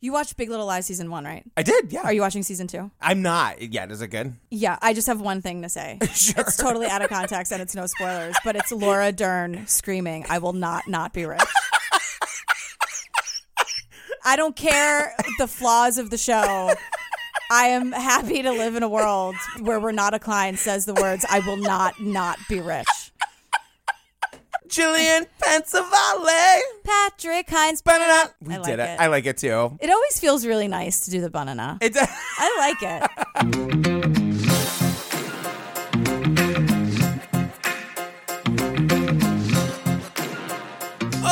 You watched Big Little Lies season one, right? I did, yeah. Are you watching season two? I'm not. Yeah, is it good? Yeah, I just have one thing to say. Sure. It's totally out of context and it's no spoilers, but it's Laura Dern screaming, I will not not be rich. I don't care the flaws of the show. I am happy to live in a world where Renata Klein says the words, I will not not be rich. Julian Pensavalle. Patrick Hines. Ba-da-da. We I like did it. it. I like it too. It always feels really nice to do the banana. It I like it.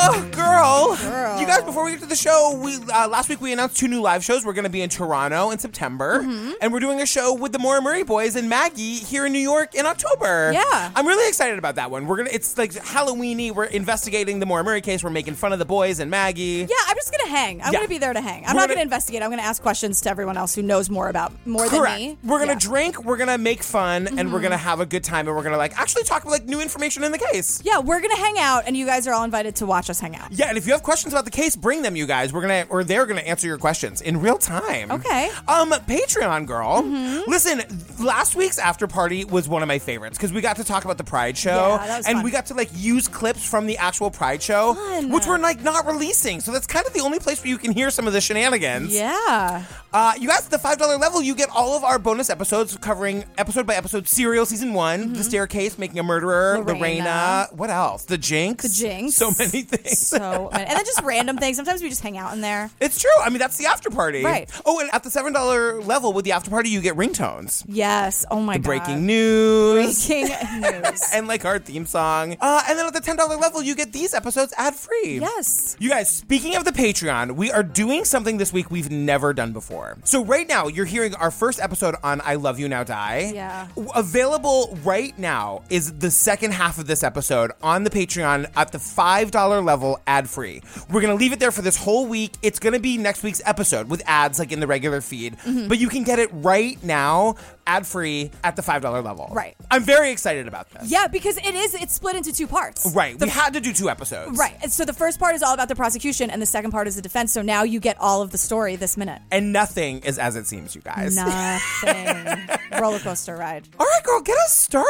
Oh, girl. Girl. You guys, before we get to the show, we uh, last week we announced two new live shows. We're going to be in Toronto in September, Mm-hmm. and we're doing a show with the Maura Murray Boys and Maggie here in New York in October. Yeah. I'm really excited about that one. We're gonna. It's like Halloweeny. We're investigating the Maura Murray case. We're making fun of the boys and Maggie. Yeah, I'm just gonna hang. I'm Yeah. gonna be there to hang. I'm We're not gonna- gonna investigate. I'm gonna ask questions to everyone else who knows more about more Correct. than me. We're gonna Yeah. Mm-hmm. drink. We're gonna make fun, and we're gonna have a good time, and we're gonna like actually talk about like new information in the case. yeah, we're gonna hang out, and you guys are all invited to watch us hang out. Yeah, and if you have questions about the case, bring them, you guys. We're gonna or they're gonna answer your questions in real time. Okay. Mm-hmm. Um, Patreon girl. Listen, last week's after party was one of my favorites because we got to talk about the Pride show, Yeah, that was and fun. we got to like use clips from the actual Pride show, Fun. which we're like not releasing. So that's kind of the only place where you can hear some of the shenanigans. Yeah, Uh, you guys, at the five dollar level, you get all of our bonus episodes covering episode by episode serial season one, the staircase, making a murderer, Lorena. Mm-hmm. Lorena. What else? The Jinx. The jinx. So many things. So many. and then just random things. Sometimes we just hang out in there. It's true. I mean, that's the after party. Right. Oh, and at the seven dollar level with the after party, you get ringtones, Yes. Oh my god. breaking news, Breaking news. and like our theme song. Uh, and then at the ten dollar level, you get these episodes ad free. Yes. You guys, speaking of the Patreon, we are doing something this week we've never done before. So right now, you're hearing our first episode on "I Love You Now Die." Yeah. W- Available right now is the second half of this episode on the Patreon at the five dollar level, ad free. We're gonna leave it there for this whole week. It's gonna be next week's episode with ads like in the regular feed, Mm-hmm. but you can get it right now, ad free at the five dollar level. Right. I'm very excited about this. Yeah, because it is. It's split into two parts. Right. we had to do two episodes. Right. And so the first part is all about the prosecution, and the second part is the defense. So now you get all of the story this minute. And nothing is as it seems, you guys. Nothing. Roller coaster ride. All right, girl, get us started.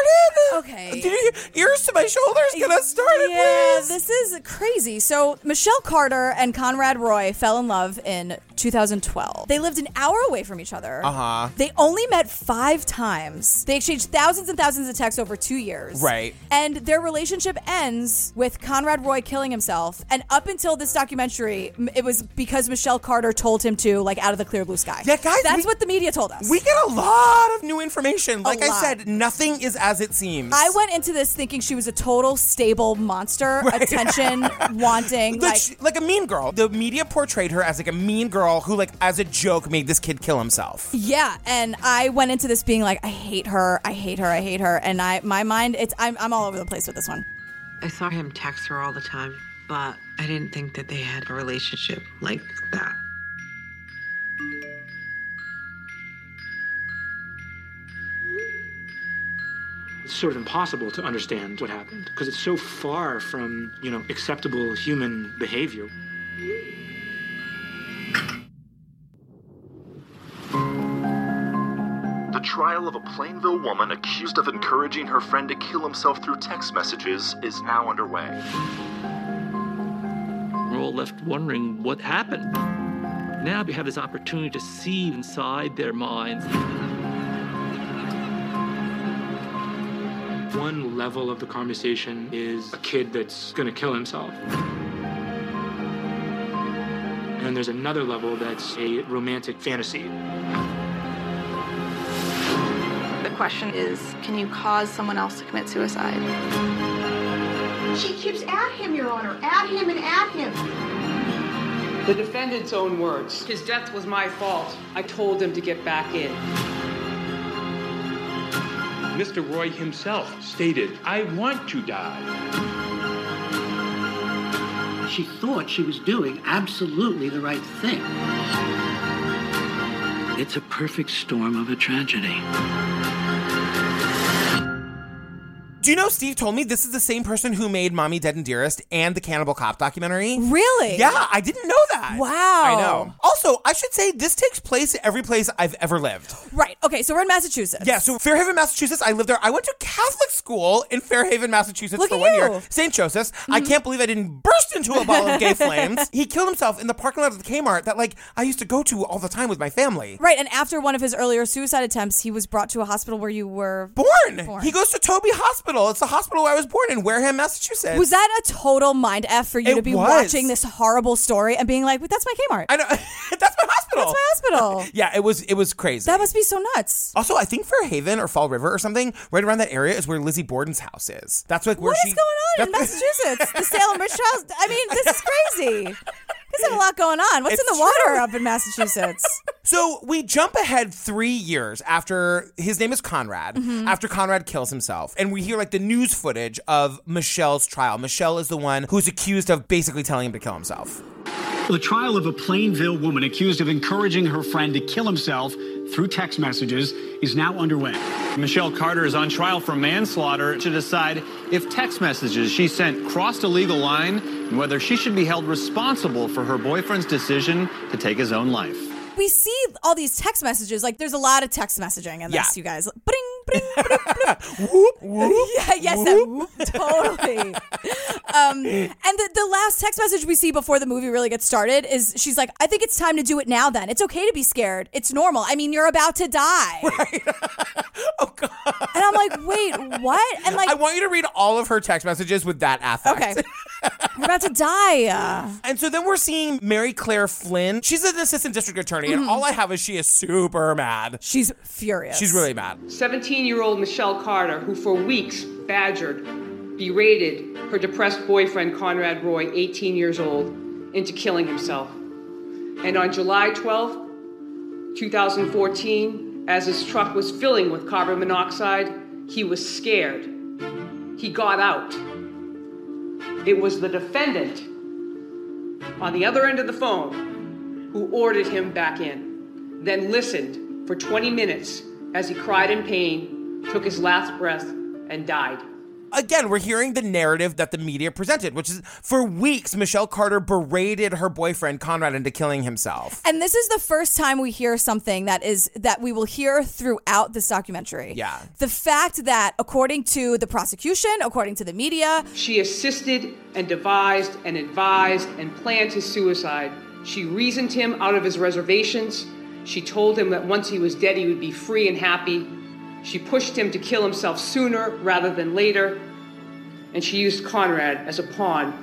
Okay. Do you, ears to my shoulders, get us started, Yeah, please. this is crazy. So Michelle Carter and Conrad Roy fell in love in 2012. They lived an hour away from each other. Uh Uh-huh. huh. They only met five times. They exchanged thousands and thousands of texts over two years. Right. And their relationship ends with Conrad Roy killing himself. And up until this documentary, m- it was because Michelle Carter told him to, like, out of the clear blue sky. Yeah, guys, That's we- what the media told us. we get a lot of new information. Like I lot. said, nothing is as it seems. I went into this thinking she was a total stable monster, attention wanting. like, like, she- like a mean girl. The media portrayed her as like a mean girl who, like, as a joke, made this kid kill himself. yeah, and I went into this being like, I hate her, I hate her, I hate her, and I my mind it's I'm I'm all over the place with this one. I saw him text her all the time, but I didn't think that they had a relationship like that. It's sort of impossible to understand what happened because it's so far from, you know, acceptable human behavior. The trial of a Plainville woman accused of encouraging her friend to kill himself through text messages is now underway. We're all left wondering what happened. Now we have this opportunity to see inside their minds. One level of the conversation is a kid that's going to kill himself. And there's another level that's a romantic fantasy. The question is can you cause someone else to commit suicide? She keeps at him, Your Honor, at him and at him. The defendant's own words. His death was my fault. I told him to get back in. Mr. Roy himself stated, I want to die. She thought she was doing absolutely the right thing. It's a perfect storm of a tragedy. Do you know Steve told me this is the same person who made Mommy Dead and Dearest and the Cannibal Cop documentary? Really? Yeah, I didn't know that. Wow. I know. Also, I should say this takes place every place I've ever lived. Right. Okay, so we're in Massachusetts. Yeah, so Fairhaven, Massachusetts, I lived there. I went to Catholic school in Fairhaven, Massachusetts Look for at one you. Mm-hmm. year. St. Joseph's. I can't believe I didn't burst into a ball of gay flames. He killed himself in the parking lot of the Kmart that like I used to go to all the time with my family. Right, and after one of his earlier suicide attempts, he was brought to a hospital where you were Born. He goes to Toby Hospital. It's the hospital where I was born in Wareham, Massachusetts. Was that a total mind f for you It to be was. watching this horrible story and being like, "But that's my Kmart, I know. That's my hospital. that's my hospital." yeah, it was it was crazy. that must be so nuts. Also, I think Fairhaven or Fall River or something, right around that area is where Lizzie Borden's house is. That's like where What is she. going on in Massachusetts? the Salem Witch Trials. I mean, this is crazy. There's like a lot going on. What's It's in the water true. up in Massachusetts? So we jump ahead three years after his name is Conrad, Mm-hmm. after Conrad kills himself. And we hear like the news footage of Michelle's trial. Michelle is the one who's accused of basically telling him to kill himself. The trial of a Plainville woman accused of encouraging her friend to kill himself through text messages is now underway. Michelle Carter is on trial for manslaughter to decide if text messages she sent crossed a legal line and whether she should be held responsible for her boyfriend's decision to take his own life. we see all these text messages. Like, there's a lot of text messaging in Yeah. this, you guys. Bring, bring, yeah, yes, that- totally. Um, and the, the last text message we see before the movie really gets started is she's like, "I think it's time to do it now. Then it's okay to be scared. It's normal. I mean, you're about to die." oh God. And I'm like, wait, what? And like, I want you to read all of her text messages with that affect. okay, you're about to die. And so then we're seeing Mary Claire Flynn. She's an assistant district attorney, and all I have is she is super mad. Mm-hmm. She's furious. She's really mad. 17 year old Michelle Carter, who for weeks badgered, berated her depressed boyfriend Conrad Roy, 18 years old, into killing himself. And on July 12, 2014, as his truck was filling with carbon monoxide, he was scared. He got out. It was the defendant on the other end of the phone who ordered him back in then listened for 20 minutes as he cried in pain, took his last breath, and died. again, we're hearing the narrative that the media presented, which is for weeks, Michelle Carter berated her boyfriend Conrad into killing himself. And this is the first time we hear something that is that we will hear throughout this documentary. Yeah. The fact that according to the prosecution, according to the media, She assisted and devised and advised and planned his suicide. She reasoned him out of his reservations. She told him that once he was dead, he would be free and happy. She pushed him to kill himself sooner rather than later. And she used Conrad as a pawn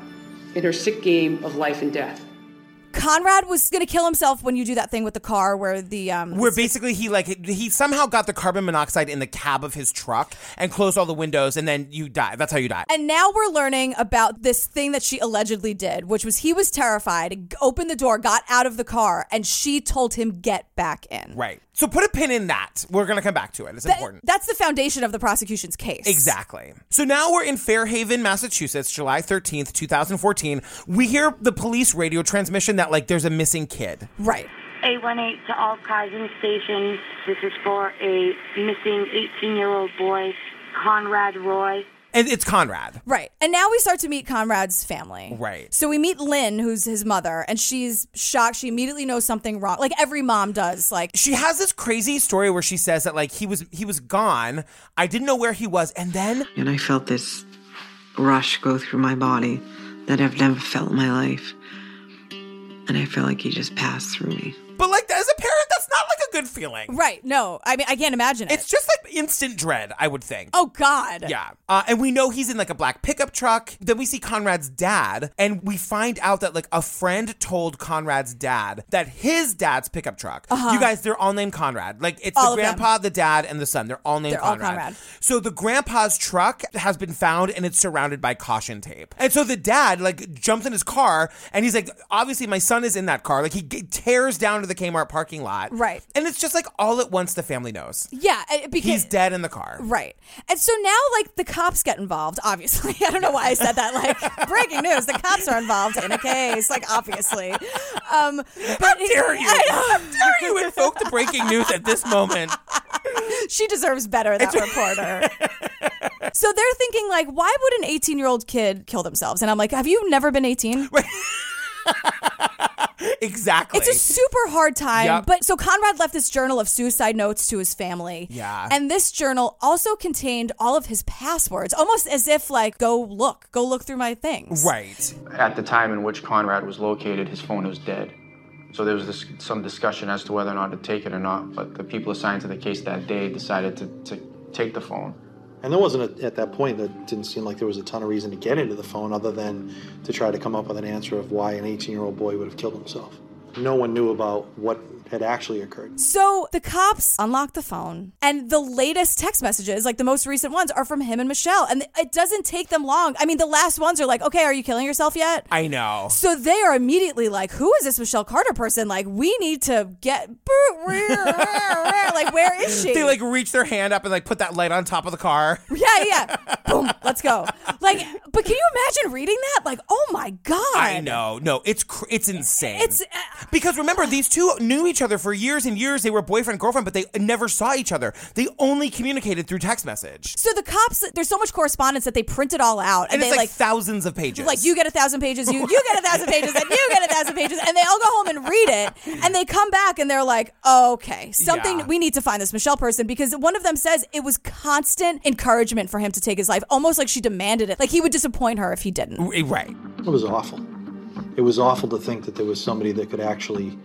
in her sick game of life and death. Conrad was going to kill himself when you do that thing with the car where the um Where basically he like he somehow got the carbon monoxide in the cab of his truck and closed all the windows and then you die. That's how you die. and now we're learning about this thing that she allegedly did, which was he was terrified, g- opened the door, got out of the car, and she told him get back in. right. So put a pin in that. We're gonna come back to it. It's That- important. that's the foundation of the prosecution's case. Exactly. So now we're in Fairhaven, Massachusetts, July 13th, 2014. We hear the police radio transmission that like there's a missing kid. Right. 818 to all Kaizen stations. This is for a missing 18 year old boy, Conrad Roy. And it's Conrad. Right. And now we start to meet Conrad's family. Right. So we meet Lynn, who's his mother, and she's shocked. She immediately knows something wrong, like every mom does. Like she has this crazy story where she says that like he was he was gone. I didn't know where he was, and then And I felt this rush go through my body that I've never felt in my life. And I feel like he just passed through me. but like as a parent, that's not like a good feeling. Right. No. I mean, I can't imagine it. It's just like instant dread, I would think. oh God. Yeah. Uh, and we know he's in like a black pickup truck. Then we see Conrad's dad, and we find out that like a friend told Conrad's dad that his dad's pickup truck. Uh-huh. You guys, they're all named Conrad. Like it's All the of them. grandpa, the dad, and the son. They're all named They're all Conrad. Conrad. So the grandpa's truck has been found and it's surrounded by caution tape. And so the dad like jumps in his car and he's like, obviously my son is in that car. Like he g- tears down to the Kmart parking lot. Right. And it's just like all at once the family knows. Yeah. It, because He's dead in the car. Right. And so now, like, the cops get involved, obviously. I don't know why I said that. Like, breaking news, the cops are involved in a case, like, obviously. Um, but How dare you? How dare you invoke the breaking news at this moment? She deserves better, that reporter. So they're thinking like, why would an 18 year old kid kill themselves? And I'm like, have you never been 18? exactly. It's a super hard time. Yep. But so Conrad left this journal of suicide notes to his family. Yeah. And this journal also contained all of his passwords, almost as if like, go look, go look through my things. Right. At the time in which Conrad was located, his phone was dead. So there was this, some discussion as to whether or not to take it or not, but the people assigned to the case that day decided to, to take the phone. And there wasn't a, at that point that didn't seem like there was a ton of reason to get into the phone other than to try to come up with an answer of why an 18 year old boy would have killed himself. No one knew about what had actually occurred. So the cops unlock the phone, and the latest text messages, like the most recent ones, are from him and Michelle. And it doesn't take them long. I mean, the last ones are like, okay, are you killing yourself yet? I know. So they are immediately like, who is this Michelle Carter person? Like, we need to get. Like, where is she? They like reach their hand up and like put that light on top of the car. Yeah, yeah. Boom, let's go. Like, but can you imagine reading that? Like, oh my God. uh, I know. No, it's cr- it's insane. It's because remember these two knew each other for years and years. They were boyfriend girlfriend, but they never saw each other. They only communicated through text message. So the cops, there's so much correspondence that they print it all out, and, And, it's they like, like. thousands of pages. like you get a thousand pages, you you get a thousand pages, and you get a thousand pages, and they all go home and read it, and they come back and they're like, okay, something Yeah. we need to find this Michelle person because one of them says it was constant encouragement for him to take his life, almost like she demanded it, like he would disappoint her if he didn't. Right. It was awful. It was awful to think that there was somebody that could actually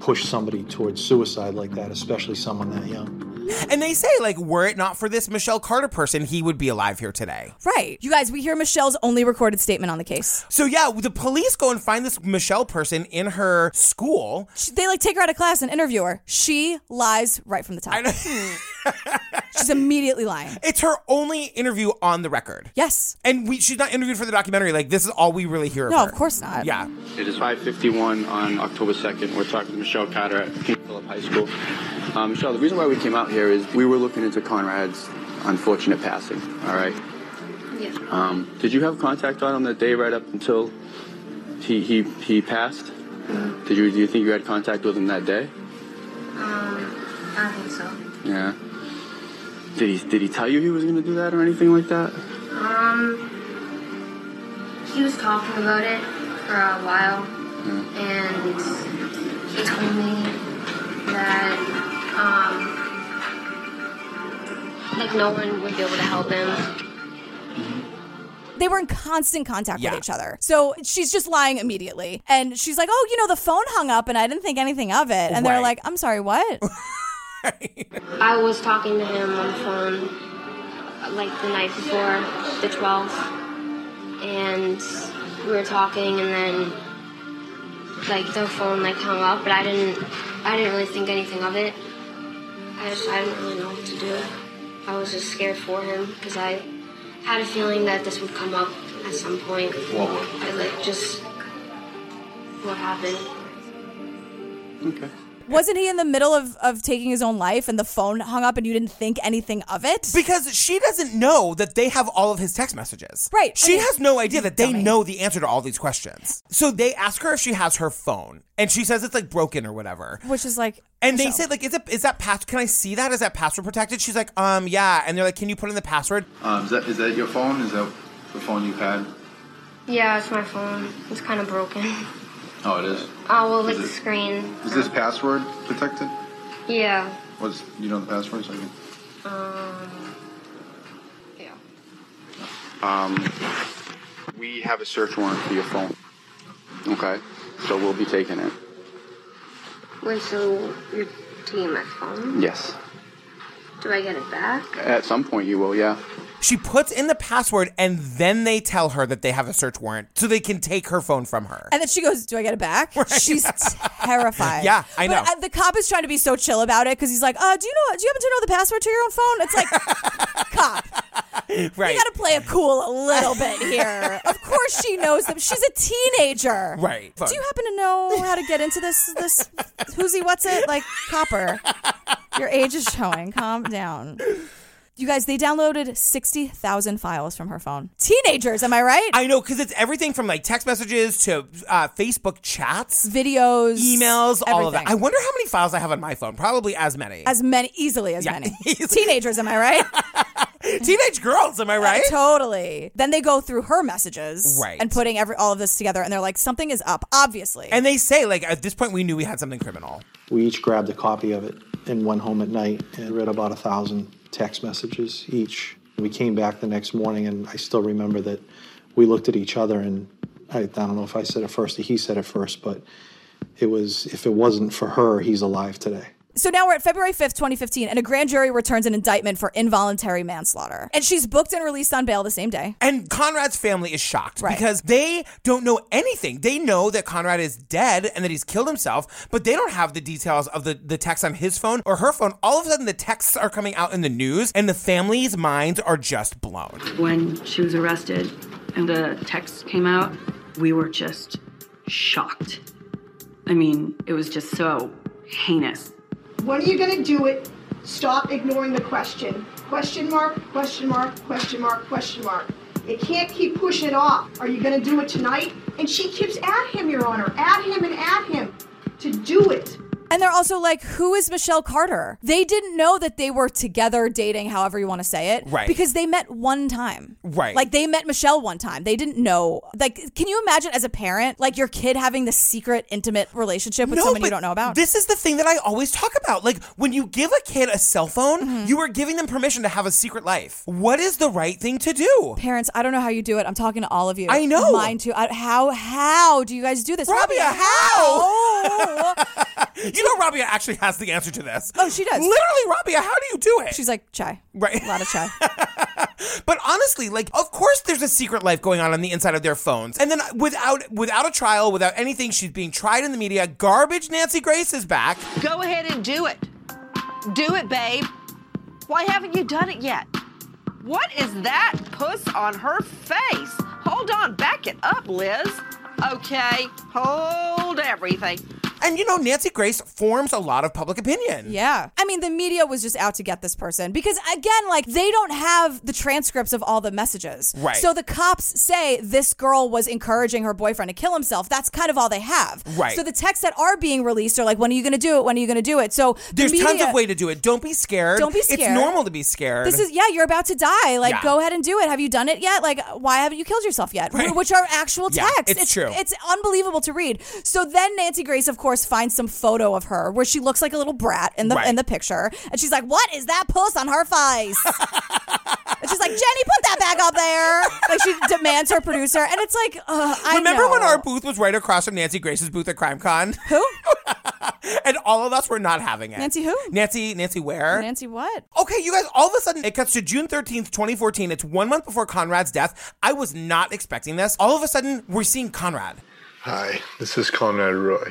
push somebody towards suicide like that, especially someone that young. and they say like, were it not for this Michelle Carter person, he would be alive here today. Right, you guys, we hear Michelle's only recorded statement on the case. So yeah, the police go and find this Michelle person in her school. She- They like take her out of class and interview her. She lies right from the top. Hmm. She's immediately lying. It's her only interview on the record. Yes. And we, she's not interviewed for the documentary. Like this is all we really hear. No, of, her. of course not. Yeah. It is 5:51 on October 2nd. We're talking to Michelle Carter at King Philip High School. Um, Michelle, the reason why we came out here is we were looking into Conrad's unfortunate passing. All right. Yeah. Uh, Um, did you have contact on him that day right up until he he, he passed? Did you do you think you had contact with him that day? Um, I think so. Yeah. Did he did he tell you he was going to do that or anything like that? Um, he was talking about it for a while, and he told me that um, like no one would be able to help him. They were in constant contact Yeah. with each other. So she's just lying immediately. And she's like, oh, you know, the phone hung up and I didn't think anything of it. And they're Right. like, I'm sorry, what? I was talking to him on the phone like the night before the 12th, and we were talking, and then like the phone like hung up, but I didn't, I didn't really think anything of it. I just, I didn't really know what to do. I was just scared for him because I had a feeling that this would come up at some point. What would? I, like just what happened. Okay. Wasn't he in the middle of, of taking his own life and the phone hung up and you didn't think anything of it? Because she doesn't know that they have all of his text messages. Right. She I mean- has no idea that they know the answer to all these questions. So they ask her if she has her phone, and she says it's like broken or whatever. Which is like, And they say like, is it is that pass? Can I see that? Is that password protected? She's like, um, yeah. And they're like, can you put in the password? Um, is that is that your phone? Is that the phone you had? Yeah, it's my phone. It's kind of broken. Oh, it is. Oh well, like Is the it- screen. Is this password protected? Yeah. What's you know the password? So I can... Um, yeah. Um, we have a search warrant for your phone. Okay, so we'll be taking it. Wait, so you're taking my phone? Yes. Do I get it back? At some point you will, yeah. She puts in the password, and then they tell her that they have a search warrant, so they can take her phone from her. And then she goes, "Do I get it back?" She's terrified. Yeah, I But, know. uh, the cop is trying to be so chill about it because he's like, "Uh, do you know? Do you happen to know the password to your own phone?" It's like, cop, right. you got to play it cool a little bit here. of course, she knows them. She's a teenager. Right. Do you happen to know how to get into this? This who's he? What's it? Like copper. Your age is showing. Calm down. You guys, they downloaded 60,000 files from her phone. Teenagers, am I right? I know, because it's everything from like text messages to uh, Facebook chats, videos, emails, all of that. everything. I wonder how many files I have on my phone. Probably as many. As many, easily as many. Teenagers, am I right? Teenage girls, am I right? Uh, totally. Then they go through her messages Right. and putting every all of this together, and they're like, something is up, obviously. and they say, like, at this point, we knew we had something criminal. We each grabbed a copy of it and went home at night and read about a thousand text messages each. We came back the next morning, and I still remember that we looked at each other, and I, I don't know if I said it first or he said it first, but it was if it wasn't for her, he's alive today. So now we're at February 5th, 2015, and a grand jury returns an indictment for involuntary manslaughter. And she's booked and released on bail the same day. And Conrad's family is shocked Right. because they don't know anything. They know that Conrad is dead and that he's killed himself, but they don't have the details of the, the text on his phone or her phone. All of a sudden, the texts are coming out in the news, and the family's minds are just blown. When she was arrested and the text came out, we were just shocked. I mean, it was just so heinous. When are you going to do it? Stop ignoring the question. Question mark, question mark, question mark, question mark. You can't keep pushing it off. Are you going to do it tonight? And she keeps at him, Your Honor, at him and at him to do it. And they're also like, who is Michelle Carter? They didn't know that they were together dating, however you want to say it. Right. Because they met one time. Right. Like they met Michelle one time. They didn't know. Like, can you imagine as a parent, like your kid having this secret, intimate relationship with someone you but don't know about? This is the thing that I always talk about. Like when you give a kid a cell phone, Mm-hmm. you are giving them permission to have a secret life. What is the right thing to do? Parents, I don't know how you do it. I'm talking to all of you. I know. Mine too. I, how how do you guys do this? Robbie, Robbia, You know, Rabia actually has the answer to this. Oh, she does. Literally, Rabia, how do you do it? She's like chai. Right. A lot of chai. But honestly, like, of course, there's a secret life going on on the inside of their phones. And then without without a trial, without anything, she's being tried in the media. Garbage. Nancy Grace is back. Go ahead and do it. Do it, babe. Why haven't you done it yet? What is that puss on her face? Hold on, back it up, Liz. Okay, hold everything. And you know, Nancy Grace forms a lot of public opinion. Yeah. I mean, the media was just out to get this person because, again, like they don't have the transcripts of all the messages. Right. So the cops say this girl was encouraging her boyfriend to kill himself. That's kind of all they have. Right. So the texts that are being released are like, when are you going to do it? When are you going to do it? So the There's tons media- of way to do it. Don't be scared. Don't be It's scared. normal to be scared. This is yeah, you're about to die. Like, Yeah. go ahead and do it. Have you done it yet? Like, why haven't you killed yourself yet? Right. Which are actual Yeah, texts. it's true. It's unbelievable to read. So then Nancy Grace, of course, finds some photo of her where she looks like a little brat in the Right. in the picture, and she's like, "What is that puss on her face?" and she's like, "Jenny, put that back up there." Like she demands her producer, and it's like, uh, I Remember know. when our booth was right across from Nancy Grace's booth at CrimeCon? Who? and all of us were not having it. Nancy who? Nancy, Nancy Ware. Nancy what? Okay, you guys, all of a sudden it cuts to June 13th, 2014. It's one month before Conrad's death. I was not expecting this. All of a sudden, we're seeing Conrad. Hi, this is Conrad Roy,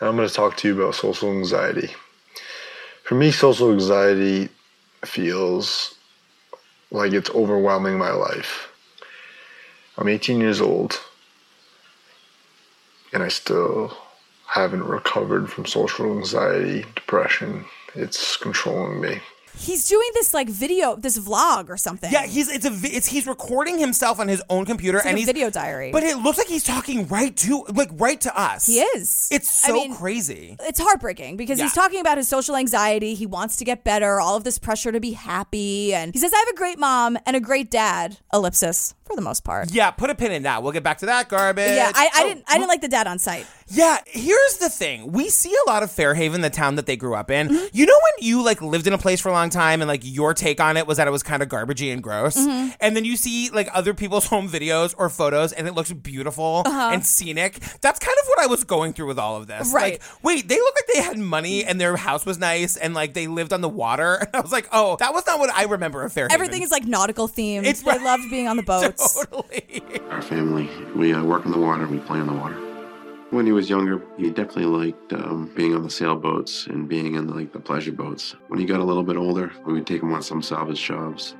and I'm going to talk to you about social anxiety. For me, social anxiety feels like it's overwhelming my life. I'm 18 years old, and I still haven't recovered from social anxiety, depression. It's controlling me. He's doing this like video, this vlog or something. Yeah, he's it's a vi- it's he's recording himself on his own computer It's like and a he's video diary. But it looks like he's talking right to like right to us. He is. It's I so mean, crazy. it's heartbreaking because he's Yeah. talking about his social anxiety. He wants to get better, all of this pressure to be happy. And he says, I have a great mom and a great dad, ellipsis, for the most part. Yeah, put a pin in that. We'll get back to that garbage. yeah, I, I Oh, didn't I didn't like the dad on site. Yeah, here's the thing. We see a lot of Fairhaven, the town that they grew up in. You know when you like lived in a place for a long time and like your take on it was that it was kind of garbagey and gross? Mhm. And then you see like other people's home videos or photos and it looks beautiful Uh-huh. and scenic. That's kind of what I was going through with all of this. Right. Like, wait, they look like they had money and their house was nice and like they lived on the water. And I was like, oh, that was not what I remember of Fairhaven. Everything is like nautical themed. It's they loved being on the boats. Our family, we uh, work in the water and we play in the water. When he was younger, he definitely liked um, being on the sailboats and being in like the pleasure boats. When he got a little bit older, we would take him on some salvage jobs.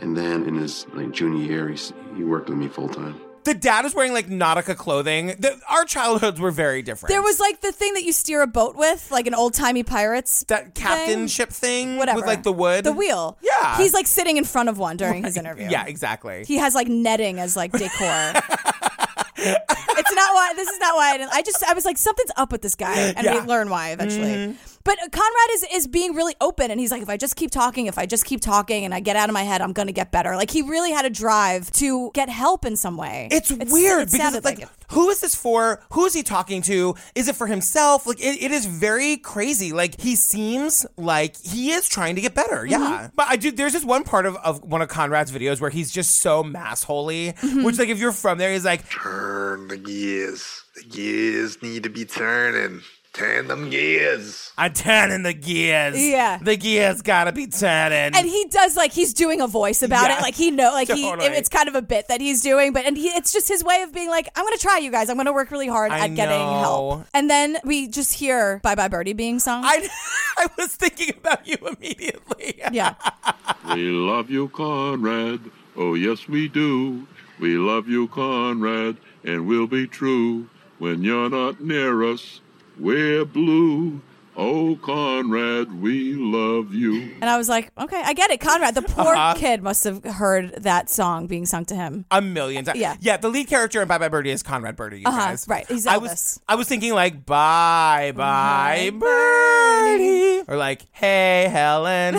And then in his like junior year, he, s- he worked with me full time. The dad is wearing like Nautica clothing. The, our childhoods were very different. There was like the thing that you steer a boat with, like an old timey pirates. That captainship thing, Whatever. with like the wood. The wheel. Yeah. He's like sitting in front of one during his interview. Yeah, exactly. He has like netting as like decor. it's not why this is not why I didn't. I just I was like something's up with this guy, and Yeah. we learn why eventually. Mhm. But Conrad is is being really open, and he's like, if I just keep talking, if I just keep talking, and I get out of my head, I'm gonna get better. Like he really had a drive to get help in some way. It's, weird it because sounded it's like, who is this for? Who is he talking to? Is it for himself? Like it, it is very crazy. Like he seems like he is trying to get better. Mm-hmm. Yeah. But I do there's this one part of, of one of Conrad's videos where he's just so mass holy. Mm-hmm. Which like if you're from there, he's like Turn the gears. The gears need to be turning. Turn them gears. I'm turning the gears. Yeah. The gears gotta be turning. and he does like he's doing a voice about Yeah. it like he know like Totally. he it's kind of a bit that he's doing but and he, it's just his way of being like i'm gonna try you guys i'm gonna work really hard I at getting know. help and then we just hear bye bye birdie being sung i, I was thinking about you immediately yeah We love you, Conrad. Oh, yes, we do. We love you, Conrad, and we'll be true. When you're not near us, we're blue. Oh, Conrad, we love you. and i was like okay i get it conrad the poor Uh-huh. kid must have heard that song being sung to him a million times. Yeah. yeah. The lead character in Bye Bye Birdie is Conrad Birdie. You Uh-huh, guys, right, he's I Elvis. was, I was thinking like Bye Bye Birdie, or like Hey Helen,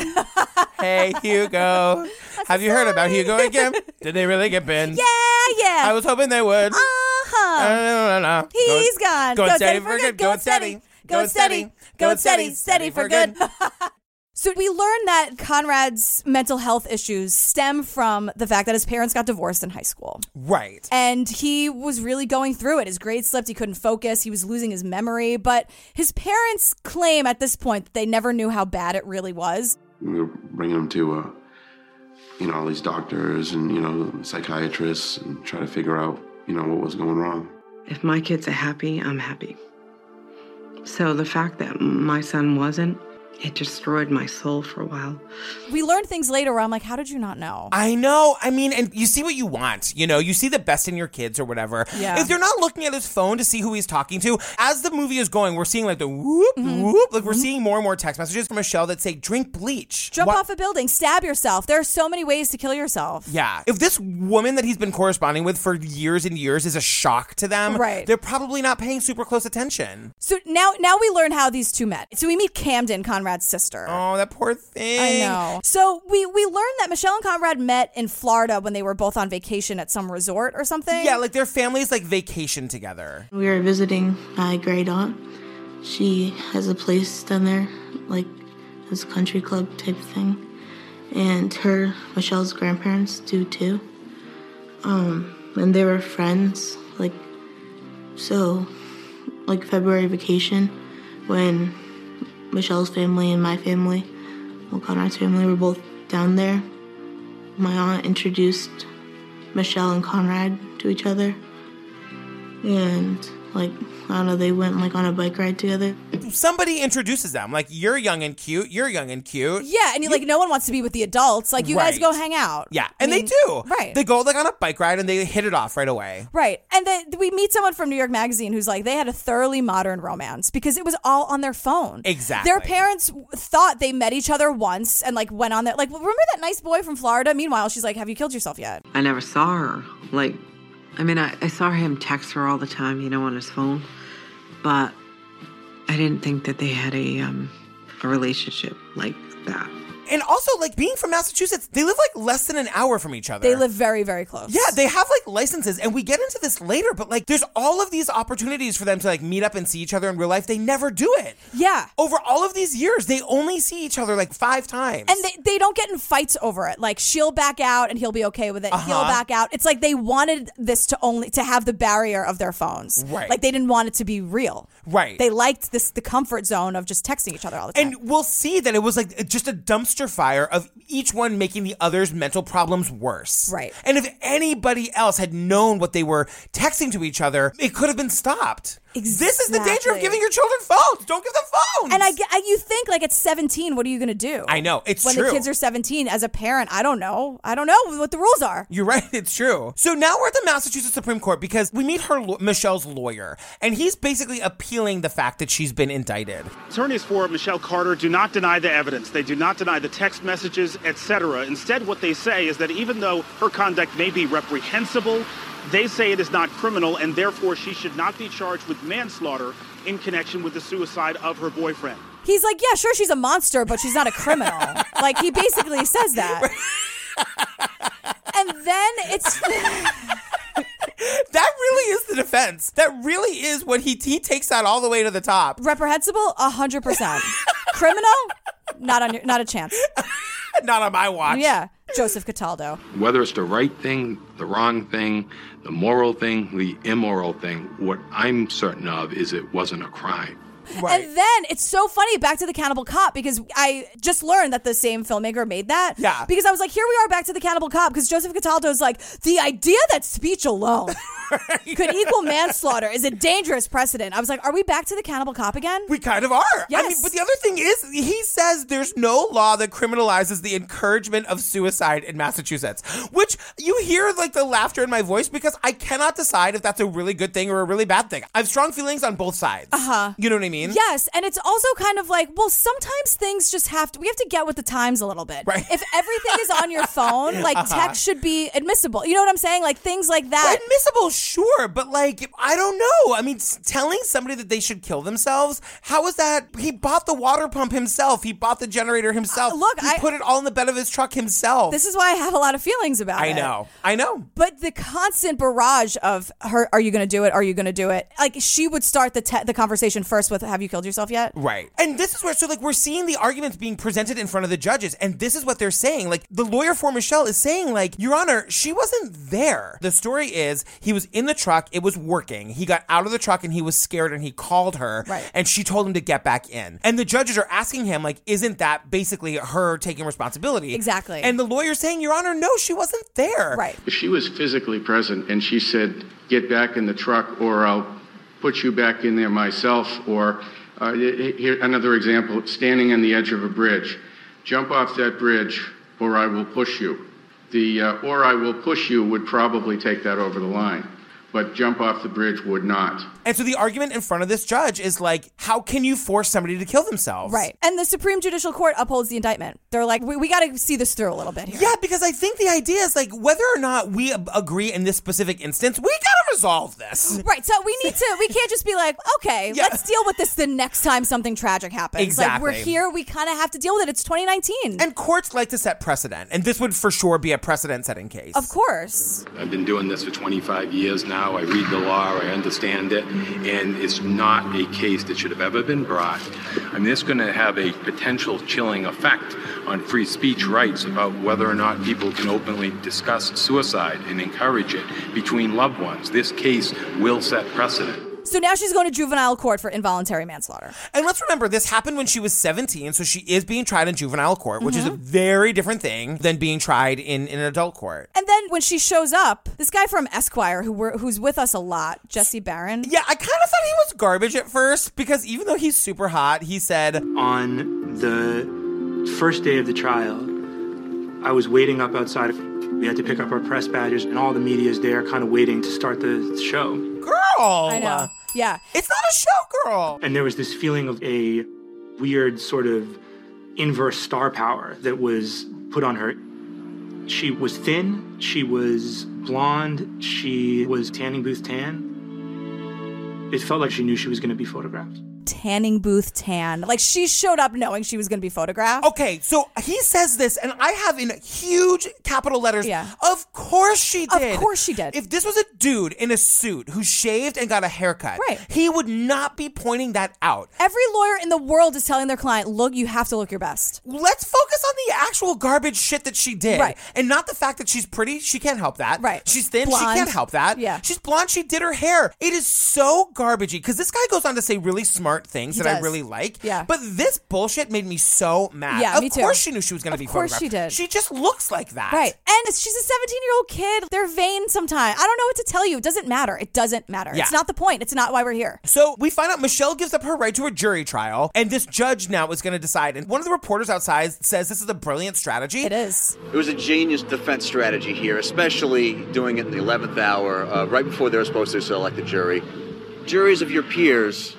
Hey Hugo. Have you heard about Hugo and Kim? Did they really get banned? Yeah, yeah. I was hoping they would. Uh, uh-huh No, no, no, no. he's Going- gone Going steady for good. Going steady. going steady going steady steady for good So we learned that Conrad's mental health issues stem from the fact that his parents got divorced in high school. Right. And he was really going through it. His grades slipped, he couldn't focus, he was losing his memory, but his parents claim at this point that they never knew how bad it really was. We were bringing them to, uh, you know, all these doctors and, you know, psychiatrists and try to figure out, you know, what was going wrong. If my kids are happy, I'm happy. So the fact that my son wasn't, it destroyed my soul for a while. We learned things later where I'm like, how did you not know? I know. I mean, and you see what you want. You know, you see the best in your kids or whatever. Yeah. If you're not looking at his phone to see who he's talking to, as the movie is going, we're seeing like the whoop, Mm-hmm. whoop. Like we're seeing more and more text messages from Michelle that say, drink bleach. Jump off a building, stab yourself. There are so many ways to kill yourself. Yeah. If this woman that he's been corresponding with for years and years is a shock to them, Right. they're probably not paying super close attention. So now now we learn how these two met. So we meet Camden, Conrad's sister. Oh, that poor thing. I know. So we we learned that Michelle and Conrad met in Florida when they were both on vacation at some resort or something. Yeah, like their families like vacation together. We were visiting my great aunt. She has a place down there, like this country club type thing. And her, Michelle's grandparents do too. Um, and they were friends, like, so, like February vacation, when Michelle's family and my family, well, Conrad's family, were both down there. My aunt introduced Michelle and Conrad to each other and like I don't know, they went like on a bike ride together. Somebody introduces them, like, you're young and cute, you're young and cute. Yeah, and you're like, no one wants to be with the adults. Like, you guys Right. go hang out. Yeah, and mean, they do. right. They go like on a bike ride and they hit it off right away. Right. And then we meet someone from New York Magazine who's like, they had a thoroughly modern romance because it was all on their phone. Exactly. Their parents w- thought they met each other once and like went on there. Like, remember that nice boy from Florida? Meanwhile, she's like, have you killed yourself yet? I never saw her. Like, I mean, I, I saw him text her all the time, you know, on his phone, but I didn't think that they had a um, a relationship like that. And also, like being from Massachusetts, they live like less than an hour from each other. They live very, very close. Yeah, they have like licenses, and we get into this later, but like there's all of these opportunities for them to like meet up and see each other in real life. They never do it. Yeah. Over all of these years, they only see each other like five times. And they, they don't get in fights over it. Like she'll back out and he'll be okay with it. He'll Uh-huh. back out. It's like they wanted this to only to have the barrier of their phones. Right. Like they didn't want it to be real. Right. They liked this the comfort zone of just texting each other all the time. And we'll see that it was like just a dumpster fire of each one making the other's mental problems worse. Right. And if anybody else had known what they were texting to each other, it could have been stopped. This is the danger Exactly. of giving your children phones. Don't give them And I, ge- I- you think like at 17, what are you going to do? I know. It's when true. the kids are 17, as a parent, I don't know. I don't know what the rules are. You're right. It's true. So now we're at the Massachusetts Supreme Court because we meet her law- Michelle's lawyer, and he's basically appealing the fact that she's been indicted. Attorneys for Michelle Carter do not deny the evidence. They do not deny the text messages, etc. Instead, what they say is that even though her conduct may be reprehensible, they say it is not criminal and therefore she should not be charged with manslaughter in connection with the suicide of her boyfriend. He's like, yeah, sure, she's a monster, but she's not a criminal. like he basically says that. and then it's That really is the defense. That really is what he he takes that all the way to the top. reprehensible, hundred percent. Criminal, not on your, not a chance. Not on my watch. Yeah, Joseph Cataldo. Whether it's the right thing, the wrong thing, the moral thing, the immoral thing, what I'm certain of is it wasn't a crime. And then it's so funny back to the Cannibal Cop because I just learned that the same filmmaker made that. Yeah. Because I was like, here we are back to the Cannibal Cop because Joseph Cataldo's like, the idea that speech alone could equal manslaughter is a dangerous precedent. I was like, are we back to the Cannibal Cop again? We kind of are. I mean, Yes. but the other thing is, he says there's no law that criminalizes the encouragement of suicide in Massachusetts, which you hear like the laughter in my voice because I cannot decide if that's a really good thing or a really bad thing. I have strong feelings on both sides. Uh huh. You know what I mean? Uh-huh. Yes, and it's also kind of like, well, sometimes things just have to. We have to get with the times a little bit. Right. If everything is on your phone, like Uh-huh. text should be admissible. You know what I'm saying? Like things like that. Admissible, sure, but like I don't know. I mean, s- telling somebody that they should kill themselves, how is that? He bought the water pump himself. He bought the generator himself. look, he put it all in the bed of his truck himself. Uh, This is why I have a lot of feelings about it. I know. I know. But the constant barrage of her, are you going to do it? Are you going to do it? Like she would start the te- the conversation first with, "Have you killed yourself yet?" Right. And this is where, so like, we're seeing the arguments being presented in front of the judges, and this is what they're saying. Like, the lawyer for Michelle is saying, like, Your Honor, she wasn't there. The story is he was in the truck, it was working. He got out of the truck and he was scared and he called her, Right. and she told him to get back in. And the judges are asking him, like, Isn't that basically her taking responsibility? Exactly. And the lawyer's saying, Your Honor, no, she wasn't there. Right. She was physically present and she said, Get back in the truck or I'll put you back in there myself. Or uh, he- here, another example standing on the edge of a bridge. Jump off that bridge or I will push you. The uh, or I will push you would probably take that over the line, but jump off the bridge would not. And so the argument in front of this judge is, like, How can you force somebody to kill themselves? Right. And the Supreme Judicial Court upholds the indictment. They're like, we, we got to see this through a little bit here. Yeah, because I think the idea is like whether or not we ab- agree in this specific instance, we gotta resolve this. Right, so we need to. We can't just be like, okay, let's deal with this the next time something tragic happens. Like we're Exactly. here, we kind of have to deal with it. It's 2019, and Courts like to set precedent, and this would for sure be a precedent setting case. of course, I've been doing this for 25 years now. I read the law, I understand it, and it's not a case that should have ever been brought. I mean, it's going to have a potential chilling effect on free speech rights about whether or not people can openly discuss suicide and encourage it between loved ones. This case will set precedent. So now she's going to juvenile court for involuntary manslaughter. And let's remember, this happened when she was 17, so she is being tried in juvenile court, which is Mm-hmm. a very different thing than being tried in, in an adult court. And then when she shows up, this guy from Esquire, who we're, who's with us a lot, Jesse Barron. Yeah, I kind of thought he was garbage at first because even though he's super hot, he said, On the first day of the trial, I was waiting up outside. We had to pick up our press badges, and all the media is there, kind of waiting to start the show. Girl! I know. Yeah. It's not a show, girl. And there was this feeling of a weird sort of inverse star power that was put on her. She was thin, she was blonde, she was tanning booth tan. It felt like she knew she was going to be photographed. Tanning booth tan. Like she showed up knowing she was going to be photographed. Okay, so he says this, and I have in huge capital letters. Of course she did. Of course she did. If this was a dude in a suit who shaved and got a haircut, Right. he would not be pointing that out. Every lawyer in the world is telling their client, look, you have to look your best. Let's focus on the actual garbage shit that she did. Right. And not the fact that she's pretty. She can't help that. Right. She's thin. Blonde. She can't help that. Yeah. She's blonde. She did her hair. It is so garbagey. Because this guy goes on to say really smart things He that I does. really like. Yeah. But this bullshit made me so mad. Yeah, of me too. course she knew she was going to be Of course she photographed. did. She just looks like that. Right. And it's- she's a 17 year old kid. They're vain sometimes. I don't know what to tell you. It doesn't matter. It doesn't matter. Yeah. It's not the point. It's not why we're here. So we find out Michelle gives up her right to a jury trial, and this judge now is going to decide. And one of the reporters outside says this is a brilliant strategy. It is. It was a genius defense strategy here, especially doing it in the 11th hour, uh, right before they're supposed to select a jury. Juries of your peers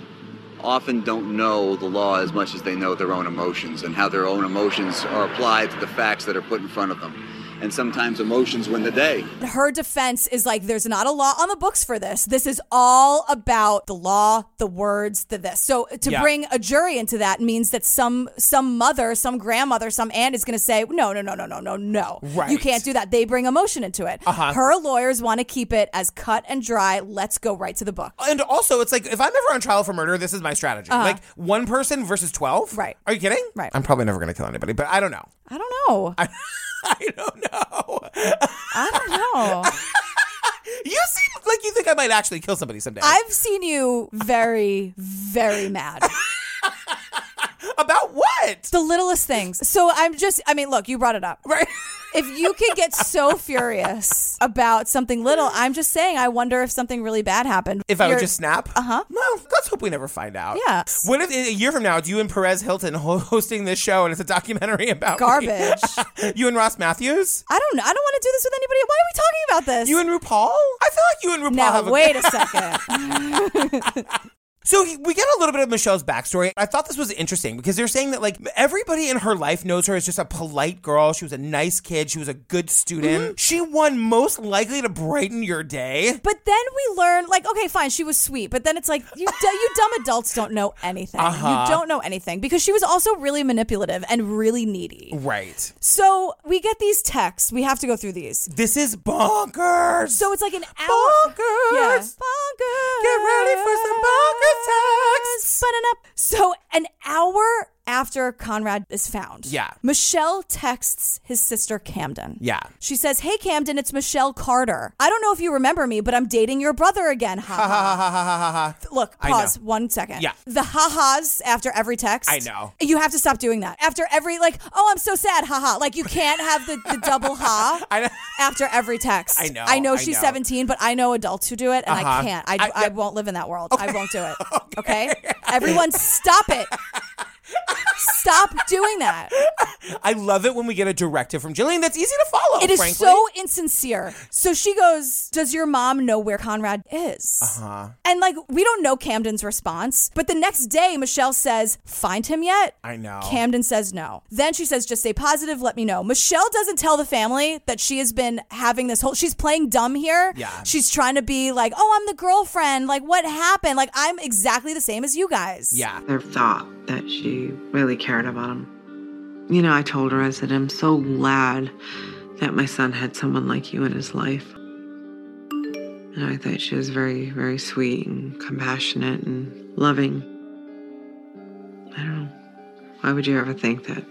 often don't know the law as much as they know their own emotions and how their own emotions are applied to the facts that are put in front of them. And sometimes emotions win the day. Her defense is like, there's not a law on the books for this. This is all about the law, the words, the this. So to Yeah. bring a jury into that means that some some mother, some grandmother, some aunt is going to say, no, no, no, no, no, no, no. Right. You can't do that. They bring emotion into it. Uh-huh. Her lawyers want to keep it as cut and dry. Let's go right to the book. And also, it's like if I'm ever on trial for murder, this is my strategy. Uh-huh. Like one person versus twelve. Right? Are you kidding? Right. I'm probably never going to kill anybody, but I don't know. I don't know. I, don't know. I don't know. You seem like you think I might actually kill somebody someday. I've seen you very, very mad. About what? The littlest things. So I'm just, I mean, look, you brought it up. Right. If you can get so furious about something little, I'm just saying, I wonder if something really bad happened. If I would You're- just snap? Uh huh. Well, let's hope we never find out. Uh-huh. Yeah. What if a year from now it's you and Perez Hilton ho- hosting this show and it's a documentary about me? Garbage. you and Ross Matthews? I don't know. I don't want to do this with anybody. Why are we talking about this? You and RuPaul? I feel like you and RuPaul Now, have a- wait a second. So he- we get a little bit of Michelle's backstory. I thought this was interesting because they're saying that like everybody in her life knows her as just a polite girl. She was a nice kid. She was a good student. Mm-hmm. She won most likely to brighten your day. But then we learn, like, okay, fine, she was sweet, but then it's like you, d- you dumb adults don't know anything. Uh-huh. You don't know anything because she was also really manipulative and really needy. Right. So we get these texts. We have to go through these. This is bonkers. So it's like an hour. Bonkers. Yeah. Get ready for some bonkers texts. So an hour after Conrad is found, Yeah. Michelle texts his sister Camden. Yeah. She says, "Hey Camden, it's Michelle Carter. I don't know if you remember me, but I'm dating your brother again." Ha ha ha ha ha ha. Look, I know. pause one second. Yeah. The ha ha's after every text. I know. You have to stop doing that. After every like, oh, I'm so sad. Ha ha. Like you can't have the, the double ha after every text. I know, I know I she's know. 17, but I know adults who do it, and Uh-huh. I can't. I, I- I, won't live in that world. I won't do it. okay. Everyone, stop it. Stop doing that. I love it when we get a directive from Jillian that's easy to follow. it is frankly. so insincere. So she goes, Does your mom know where Conrad is? Uh-huh. And like, we don't know Camden's response. But the next day, Michelle says, Find him yet? I know. Camden says no. Then she says, Just stay positive, let me know. Michelle doesn't tell the family that she has been having this whole, she's playing dumb here. Yeah. She's trying to be like, Oh, I'm the girlfriend. Like, what happened? Like, I'm exactly the same as you guys. Yeah. Their thought that she really cared about him. You know, I told her, I said, I'm so glad that my son had someone like you in his life. And I thought she was very, very sweet and compassionate and loving. I don't know. Why would you ever think that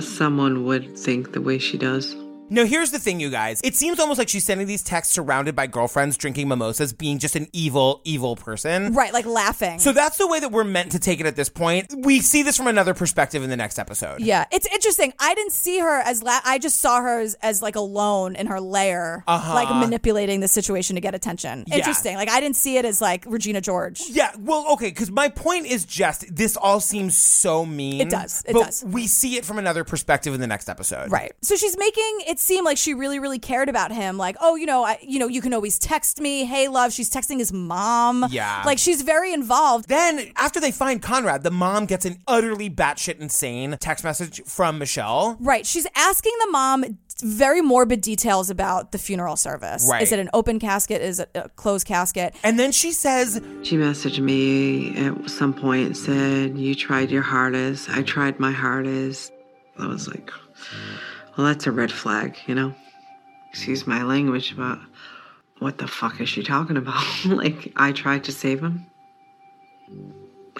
someone would think the way she does? Now, here's the thing, you guys. It seems almost like she's sending these texts surrounded by girlfriends drinking mimosas, being just an evil, evil person. Right, like laughing. So that's the way that we're meant to take it at this point. We see this from another perspective in the next episode. Yeah, it's interesting. I didn't see her as la- I just saw her as, as like alone in her lair, Uh-huh. like manipulating the situation to get attention. Yeah. Interesting. Like I didn't see it as like Regina George. Yeah, well, okay, because my point is just this all seems so mean. It does, it but does. We see it from another perspective in the next episode. Right. So she's making it seem like she really, really cared about him. Like, oh, you know, I, you know, you can always text me. Hey, love. She's texting his mom. Yeah. Like she's very involved. Then after they find Conrad, the mom gets an utterly batshit insane text message from Michelle. Right. She's asking the mom very morbid details about the funeral service. Right. Is it an open casket? Is it a closed casket? And then she says, She messaged me at some point and said, You tried your hardest. I tried my hardest. I was like, Well, that's a red flag, you know? Excuse my language, but what the fuck is she talking about? like, I tried to save him.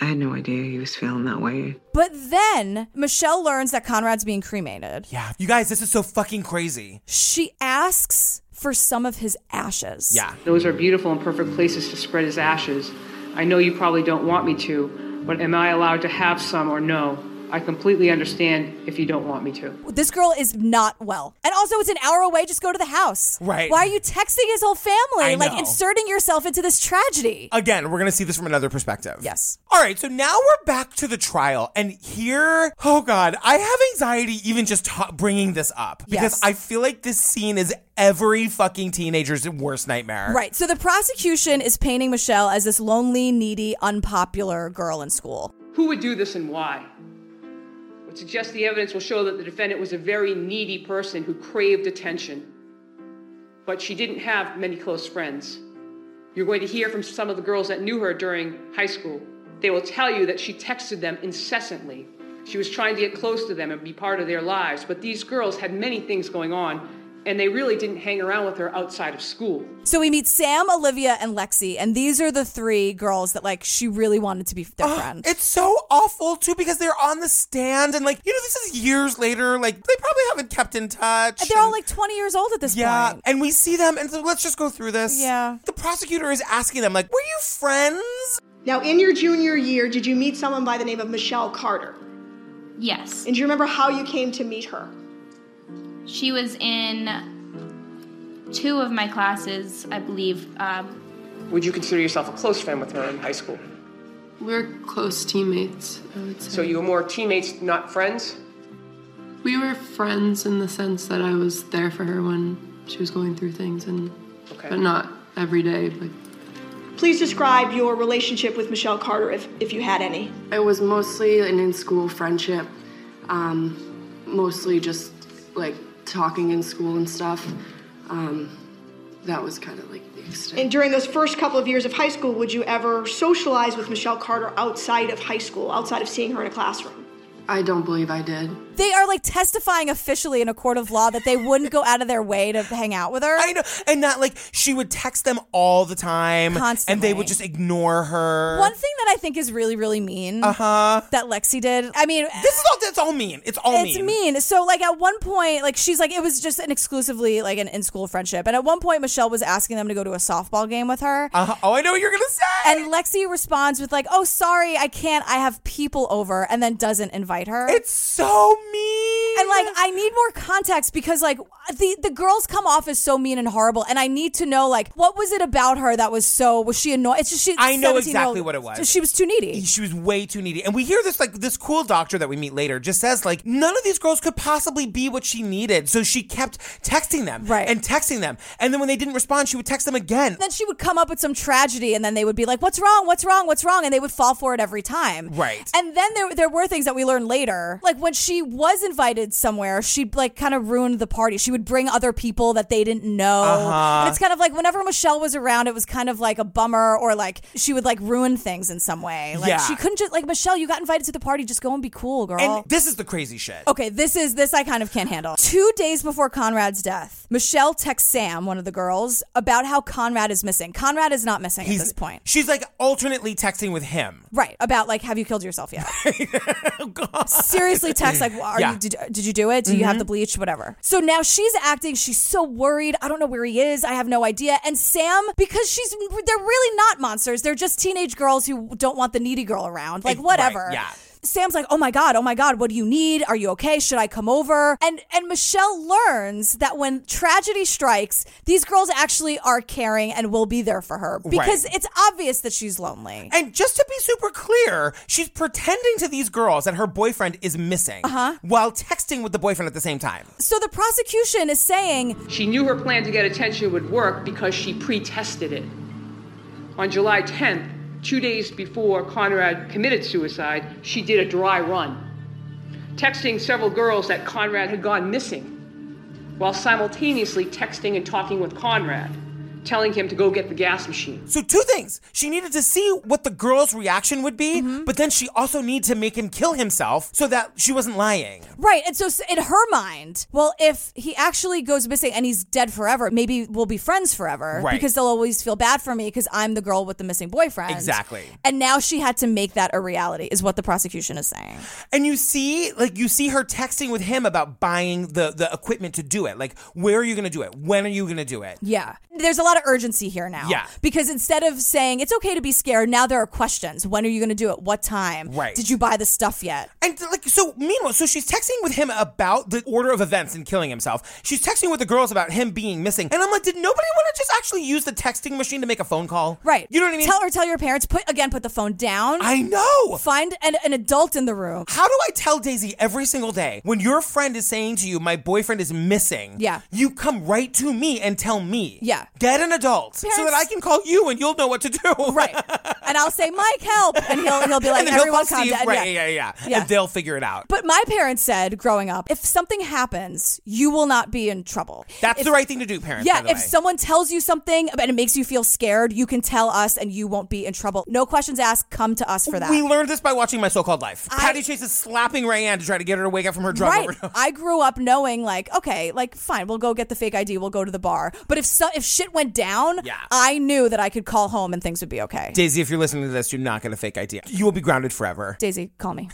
I had no idea he was feeling that way. But then Michelle learns that Conrad's being cremated. Yeah. You guys, this is so fucking crazy. She asks for some of his ashes. Yeah. Those are beautiful and perfect places to spread his ashes. I know you probably don't want me to, but am I allowed to have some or no? I completely understand if you don't want me to. This girl is not well. And also, it's an hour away. Just go to the house. Right. Why are you texting his whole family? I like know. inserting yourself into this tragedy. Again, we're going to see this from another perspective. Yes. All right, so now we're back to the trial, and here, oh God, I have anxiety even just ta- bringing this up because Yes. I feel like this scene is every fucking teenager's worst nightmare. Right. So the prosecution is painting Michelle as this lonely, needy, unpopular girl in school. Who would do this and why? Would suggest the evidence will show that the defendant was a very needy person who craved attention. But she didn't have many close friends. You're going to hear from some of the girls that knew her during high school. They will tell you that she texted them incessantly. She was trying to get close to them and be part of their lives, but these girls had many things going on, and they really didn't hang around with her outside of school. So we meet Sam, Olivia, and Lexi, and these are the three girls that like she really wanted to be their friend. It's so awful too because they're on the stand and like you know this is years later like they probably haven't kept in touch. They're all like 20 years old at this yeah, point. and we see them and so let's just go through this. Yeah. The prosecutor is asking them like, "Were you friends?" Now, in your junior year, did you meet someone by the name of Michelle Carter? Yes. And do you remember how you came to meet her? She was in two of my classes, I believe. Um, Would you consider yourself a close friend with her in high school? We're Close teammates, I would say. So you were more teammates, not friends? We were friends in the sense that I was there for her when she was going through things, and but not every day. Like Please describe your relationship with Michelle Carter if, if you had any. it was mostly an in-school friendship, um, mostly just like talking in school and stuff. Um, that was kind of like the extent. And during those first couple of years of high school, would you ever socialize with Michelle Carter outside of high school, outside of seeing her in a classroom? I don't believe I did. They are like testifying officially in a court of law that they wouldn't go out of their way to hang out with her. I know. And not like she would text them all the time and they would just ignore her. One thing that I think is really, really mean Uh-huh. that Lexi did. I mean, this is all. That's all mean. It's all it's mean. mean. So like at one point, like she's like it was just an exclusively like an in school friendship, and at one point Michelle was asking them to go to a softball game with her. Uh-huh. Oh, I know what you're gonna say. And Lexi responds with like, "Oh, sorry, I can't. I have people over," and then doesn't invite her. It's so mean. And like, I need more context because like the the girls come off as so mean and horrible, and I need to know like what was it about her that was so was she annoyed? It's just she. I know 17-year-old exactly what it was. She was too needy. She was way too needy. And we hear this like this cool doctor that we meet later just says like none of these girls could possibly be what she needed. So she kept texting them right. and texting them. And then when they didn't respond, she would text them again. then she would come up with some tragedy and then they would be like what's wrong what's wrong what's wrong and they would fall for it every time Right. and then there, there were things that we learned later like when she was invited somewhere she like kind of ruined the party she would bring other people that they didn't know Uh-huh. and it's kind of like whenever michelle was around it was kind of like a bummer or like she would like ruin things in some way like Yeah. she couldn't just like michelle you got invited to the party just go and be cool girl And this is the crazy shit. Okay, this is this I kind of can't handle. Two days before Conrad's death, Michelle texts Sam, one of the girls, about how Conrad is missing. Conrad is not missing He's- at this point. She's like alternately texting with him. Right about like, have you killed yourself yet? Seriously, text like, are Oh, Yeah. you did, did you do it? Do you have Mhm. the bleach? Whatever. So now she's acting. She's so worried. I don't know where he is. I have no idea. And Sam, because she's they're really not monsters. They're just teenage girls who don't want the needy girl around. Like Right, whatever. yeah. Sam's like, "Oh my god, oh my god, what do you need? Are you okay? Should I come over?" And and Michelle learns that when tragedy strikes, these girls actually are caring and will be there for her because Right. it's obvious that she's lonely. And just to be super clear, she's pretending to these girls that her boyfriend is missing Uh-huh. while texting with the boyfriend at the same time. So the prosecution is saying She knew her plan to get attention would work because she pre-tested it. On July 10th, two days before Conrad committed suicide, she did a dry run, texting several girls that Conrad had gone missing, while simultaneously texting and talking with Conrad, telling him to go get the gas machine. So two things. She needed to see what the girl's reaction would be, but then she also needed to make him kill himself so that she wasn't lying. Right. And so s- in her mind, well, if he actually goes missing and he's dead forever, maybe we'll be friends forever Right. because they'll always feel bad for me because I'm the girl with the missing boyfriend. Exactly. And now she had to make that a reality, is what the prosecution is saying. And you see, like you see her texting with him about buying the the equipment to do it. Like, where are you going to do it? When are you going to do it? Yeah. There's a lot of of urgency here now. Yeah. Because instead of saying it's okay to be scared, now there are questions. When are you going to do it? What time? Right. Did you buy the stuff yet? And like so, meanwhile, so she's texting with him about the order of events and killing himself. She's texting with the girls about him being missing. And I'm like, did nobody want to just actually use the texting machine to make a phone call? Right. You know what I mean? Tell or tell your parents. Put again. Put the phone down. I know. Find an, an adult in the room. How do I tell Daisy every single day when your friend is saying to you, "My boyfriend is missing"? Yeah. You come right to me and tell me. Yeah. Get an adult so that Parents- I can call you and you'll know what to do. Right. And I'll say, Mike, help. And he'll he'll be like, and then everyone he'll call calm Steve. down. Right. Yeah. Yeah. Yeah. Yeah. And they'll figure it out. But my parents said growing up, if something happens, you will not be in trouble. That's If- the right thing to do, parents. Yeah, by the if way. someone tells you something and it makes you feel scared, you can tell us and you won't be in trouble. No questions asked, come to us for that. We learned this by watching My So-Called Life. Patty Chase is slapping Rayanne to try to get her to wake up from her drug right. overdose. I grew up knowing like, okay, like fine, we'll go get the fake ID, we'll go to the bar. But if so- if shit went down, Yeah. I knew that I could call home and things would be okay. Daisy, if you're listening to this, you're not going to fake idea. You will be grounded forever. Daisy, call me.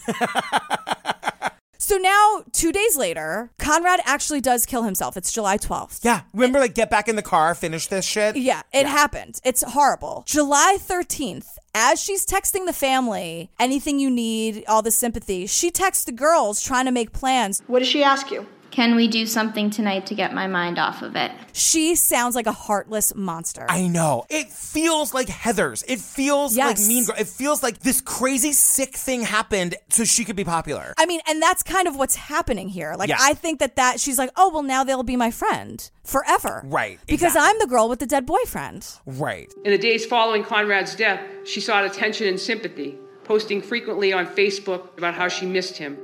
so now, 2 days later, Conrad actually does kill himself. It's July 12th. Yeah. Remember, like, get back in the car, finish this shit? Yeah, it happened. It's horrible. July 13th, as she's texting the family, anything you need, all the sympathy, she texts the girls trying to make plans. What does she ask you? Can we do something tonight to get my mind off of it? She sounds like a heartless monster. I know. It feels like Heather's. It feels like Yes. Mean Girl. It feels like this crazy, sick thing happened so she could be popular. I mean, and that's kind of what's happening here. Like, Yeah. I think that that she's like, oh, well, now they'll be my friend forever. Right, Because I'm the girl with the dead boyfriend. Right. In the days following Conrad's death, she sought attention and sympathy, posting frequently on Facebook about how she missed him.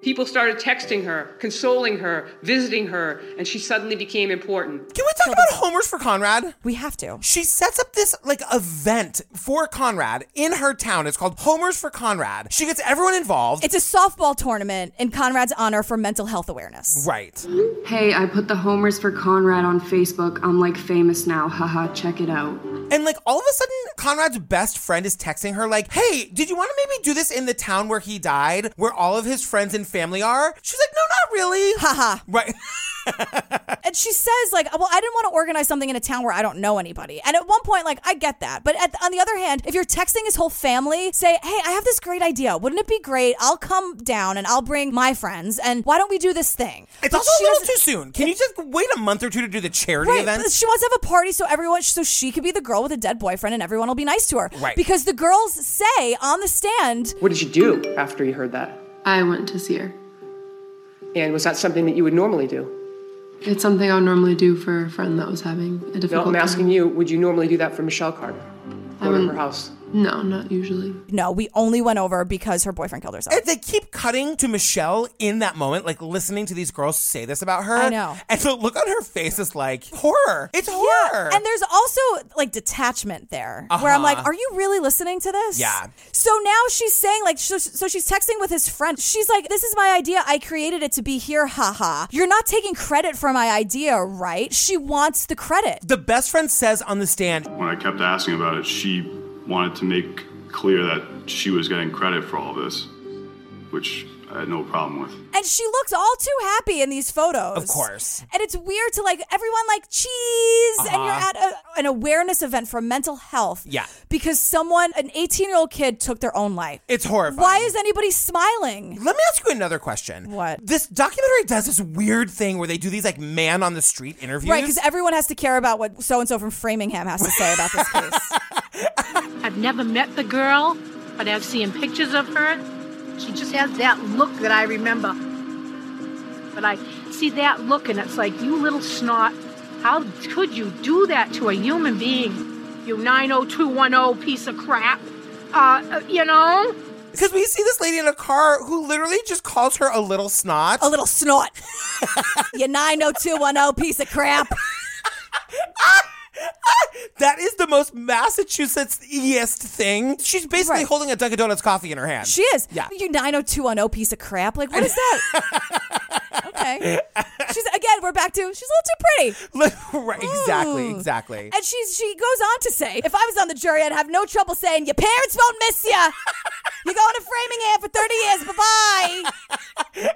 People started texting her, consoling her, visiting her, and she suddenly became important. Can we talk about homers for Conrad? We have to. She sets up this like event for Conrad in her town. It's called Homers for Conrad. She gets everyone involved. It's a softball tournament in Conrad's honor for mental health awareness. Right. Hey, I put the homers for Conrad on Facebook. I'm like famous now. Haha, check it out. And like all of a sudden, Conrad's best friend is texting her like, "Hey, did you want to maybe do this in the town where he died, where all of his friends and family are?" She's like, "No, not really." Haha. Right. and she says like well i didn't want to organize something in a town where i don't know anybody and at one point like i get that but at, on the other hand if you're texting his whole family say hey i have this great idea wouldn't it be great i'll come down and i'll bring my friends and why don't we do this thing It's But also she a little doesn't- too soon. Can you just wait a month or two to do the charity Right, event? but she wants to have a party so everyone, so she could be the girl with a dead boyfriend, and everyone will be nice to her. Right. Because the girls say on the stand, What did you do after you heard that? I went to see her. And was that something that you would normally do? It's something I would normally do for a friend that was having a No, difficult I'm time. asking you, would you normally do that for Michelle Carter? Go to wouldn't- her house? Um, No, not usually. "No, we only went over because her boyfriend killed herself." And they keep cutting to Michelle in that moment, like listening to these girls say this about her. I know. And the look on her face is like horror. It's horror. Yeah, and there's also like detachment there, where I'm Uh-huh. like, are you really listening to this? Yeah. So now she's saying like, so, so she's texting with his friend. She's like, this is my idea. I created it to be here. Haha. You're not taking credit for my idea, right? She wants the credit. the best friend says on the stand, When I kept asking about it, she wanted to make clear that she was getting credit for all this, which I had no problem with. And she looks all too happy in these photos. Of course. And it's weird to like everyone like cheese, and you're Uh-huh. at a, an awareness event for mental health. Yeah. Because someone, an 18 year old kid, took their own life. "It's horrifying." Why is anybody smiling? Let me ask you another question. What? This documentary does this weird thing where they do these like man on the street interviews. Right, because everyone has to care about what so and so from Framingham has to say about this case. I've never met the girl, but I've seen pictures of her. She just has that look that I remember. But I see that look, and it's like, you little snot, how could you do that to a human being? You 90210 piece of crap. Uh, you know? Because we see this lady in a car who literally just calls her a little snot. A little snot. you 90210 piece of crap. That is the most Massachusetts-iest thing. She's basically holding a Dunkin' Donuts coffee in her hand. She is. Yeah. You 90210 piece of crap. Like, what is that? okay. She's again, we're back to she's a little too pretty. right, exactly, Mm. exactly. And she's she goes on to say, if I was on the jury, I'd have no trouble saying your parents won't miss you. You're going to Framingham for 30 years. Bye bye.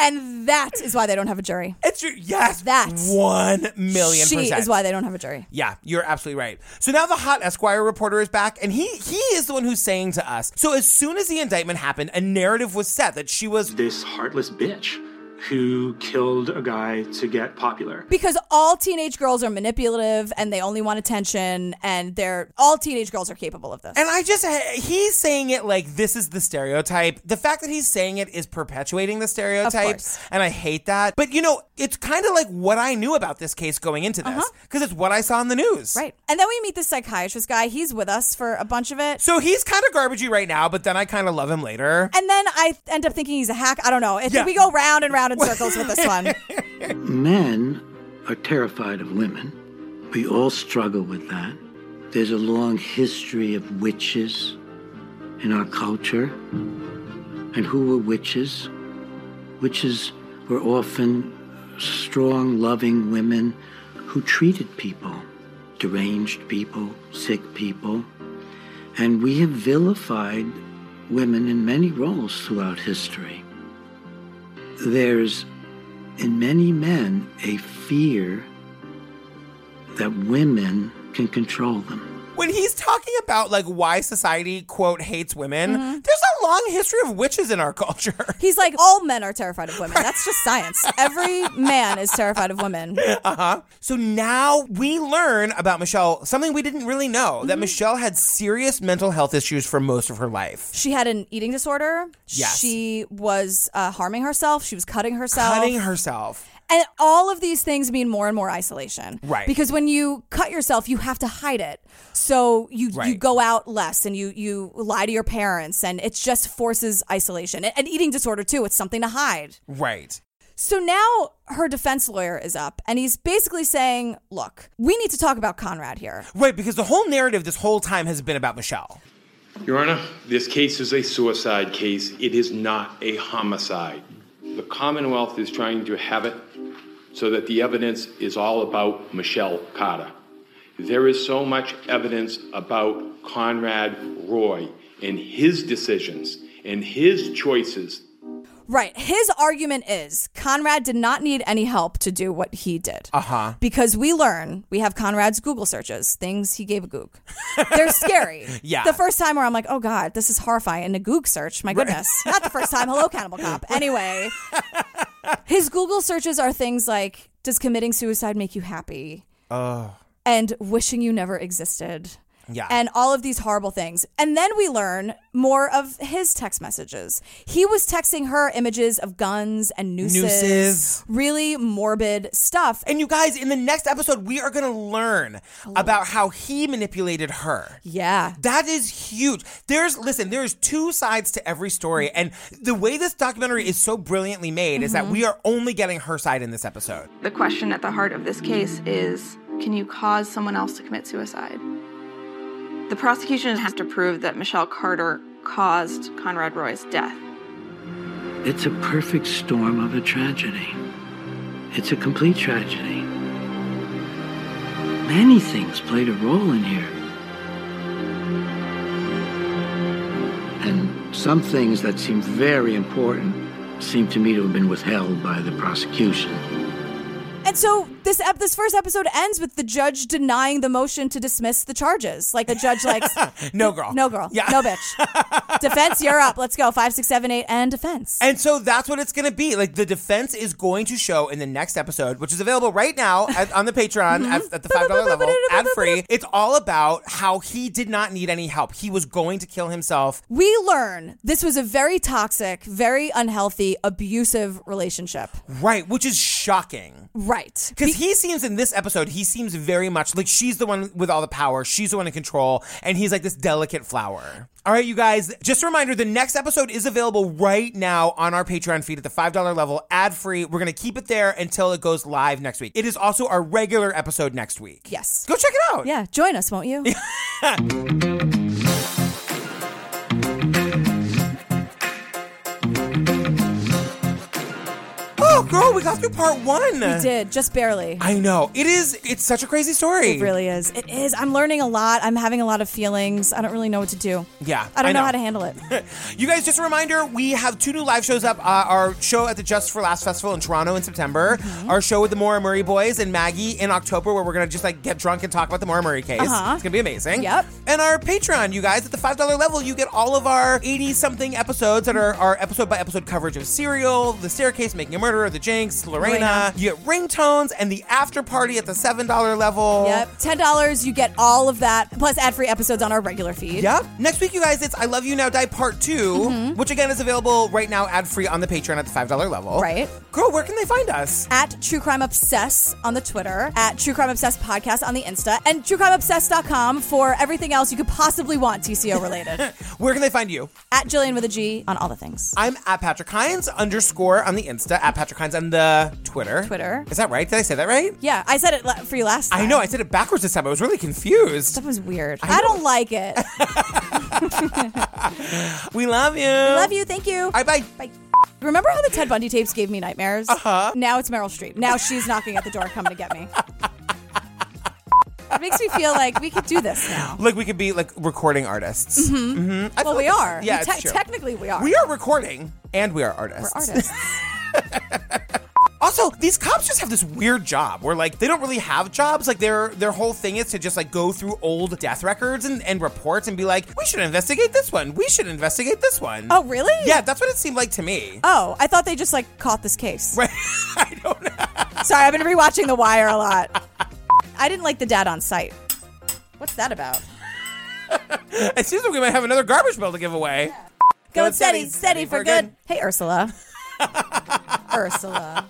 And that is why they don't have a jury. It's true. Yes. That. One million She percent. is why they don't have a jury. Yeah, you're absolutely right. So now the hot Esquire reporter is back, and he he is the one who's saying to us. So as soon as the indictment happened, a narrative was set that she was this heartless bitch who killed a guy to get popular. Because all teenage girls are manipulative and they only want attention and they're all teenage girls are capable of this. And I just, he's saying it like this is the stereotype. The fact that he's saying it is perpetuating the stereotype. course. And I hate that. But you know, it's kind of like what I knew about this case going into this because it's what I saw in the news. Uh-huh. Right. And then we meet the psychiatrist guy. He's with us for a bunch of it. So he's kind of garbagey right now, but then I kind of love him later. And then I end up thinking he's a hack. I don't know. It, Yeah. We go round and round in circles with this one. Men are terrified of women. We all struggle with that. There's a long history of witches in our culture. And who were witches? Witches were often strong, loving women who treated people, deranged people, sick people. And we have vilified women in many roles throughout history. There's in many men a fear that women can control them. When he's talking about like why society, quote, hates women, there's a long history of witches in our culture. He's like, all men are terrified of women. That's just science. Every man is terrified of women. Uh huh. So now we learn about Michelle something we didn't really know that Michelle had serious mental health issues for most of her life. She had an eating disorder. Yes. She was uh, harming herself. She was cutting herself. Cutting herself. And all of these things mean more and more isolation. Right. Because when you cut yourself, you have to hide it. So you you Right. go out less and you you lie to your parents and it just forces isolation. And, and eating disorder too, it's something to hide. Right. So now her defense lawyer is up and he's basically saying, "Look, we need to talk about Conrad here." Right, because the whole narrative this whole time has been about Michelle. Your Honor, this case is a suicide case. It is not a homicide. The Commonwealth is trying to have it so that the evidence is all about Michelle Carter. There is so much evidence about Conrad Roy and his decisions and his choices. Right. His argument is Conrad did not need any help to do what he did. Uh huh. Because we learn, we have Conrad's Google searches, things he gave a goog. They're scary. Yeah. The first time where I'm like, oh God, this is horrifying. And a goog search, my goodness. Not the first time. Hello, Cannibal Cop. Anyway, his Google searches are things like Does committing suicide make you happy? Oh. And wishing you never existed. Yeah. And all of these horrible things. And then we learn more of his text messages. He was texting her images of guns and nooses. Nooses. Really morbid stuff. And you guys, in the next episode, we are going to learn about how he manipulated her. Yeah. That is huge. There's, listen, there's two sides to every story. Mm-hmm. And the way this documentary is so brilliantly made is that Mhm. we are only getting her side in this episode. The question at the heart of this case is can you cause someone else to commit suicide? The prosecution has to prove that Michelle Carter caused Conrad Roy's death. It's a perfect storm of a tragedy. It's a complete tragedy. Many things played a role in here. And some things that seem very important seem to me to have been withheld by the prosecution. And so this ep- this first episode ends with the judge denying the motion to dismiss the charges. Like the judge, like No, girl. no girl, yeah. no bitch. defense, you're up. Let's go. Five, six, seven, eight, and defense. And so that's what it's going to be. Like the defense is going to show in the next episode, which is available right now at, on the Patreon Mm-hmm. at, at the five dollar level, ad free. It's all about how he did not need any help. He was going to kill himself. We learn this was a very toxic, very unhealthy, abusive relationship. Right, which is shocking. Right. Because he seems in this episode, he seems very much like she's the one with all the power, she's the one in control, and he's like this delicate flower. All right, you guys, just a reminder the next episode is available right now on our Patreon feed at the $5 level, ad free. We're going to keep it there until it goes live next week. It is also our regular episode next week. Yes. Go check it out. Yeah, join us, won't you? Oh, Girl, we got through part one. We did, just barely. I know. It is. It's such a crazy story. It really is. It is. I'm learning a lot. I'm having a lot of feelings. I don't really know what to do. Yeah. I don't know. how to handle it. You guys, just a reminder, we have two new live shows up. Uh, our show at the Just for Last Festival in Toronto in September. Mm-hmm. Our show with the Maura Murray boys and Maggie in October, where we're going to just like get drunk and talk about the Maura Murray case. Uh-huh. It's going to be amazing. Yep. And our Patreon, you guys, at the $5 level, you get all of our 80 something episodes that are our episode by episode coverage of Serial, The Staircase, Making a Murderer, The Jinx, Lorena. Lorena. You get ringtones and the after party at the $7 level. Yep. Ten dollars, you get all of that plus ad-free episodes on our regular feed. Yep. Next week, you guys, it's I Love You Now Die Part 2, Mhm. which again is available right now ad free on the Patreon at the $5 level. Right. Girl, where can they find us? At True Crime Obsess on the Twitter, at True Crime Obsessed Podcast on the Insta, and truecrimeobsessed.com for everything else you could possibly want TCO related. Where can they find you? at Jillian with a G on all the things. I'm at Patrick Hines underscore on the Insta, at Patrick Hines on the Twitter. Twitter. Is that right? Did I say that right? Yeah, I said it la- for you last time. I know, I said it backwards this time. I was really confused. That was weird. I, don't like it. We love you. We love you. Thank you. Bye bye. Bye. Remember how the Ted Bundy tapes gave me nightmares? Uh Uh-huh. huh. Now it's Meryl Streep. Now she's knocking at the door, coming to get me. It makes me feel like we could do this now. Like we could be like recording artists. Mhm. Mhm. I well, feel we like- are. Yeah, We it's te- true. technically we are. We are recording and we are artists. artists. Also, these cops just have this weird job where like they don't really have jobs. Like their their whole thing is to just like go through old death records and, and reports and be like, we should investigate this one. We should investigate this one. Oh, really? Yeah, that's what it seemed like to me. Oh, I thought they just like caught this case. Right. I don't know. Sorry, I've been rewatching The Wire a lot. I didn't like the dad on site. What's that about? Uh, it seems like we might have another garbage bill to give away. Go Going steady, steady for good. Hey, Ursula. Ursula.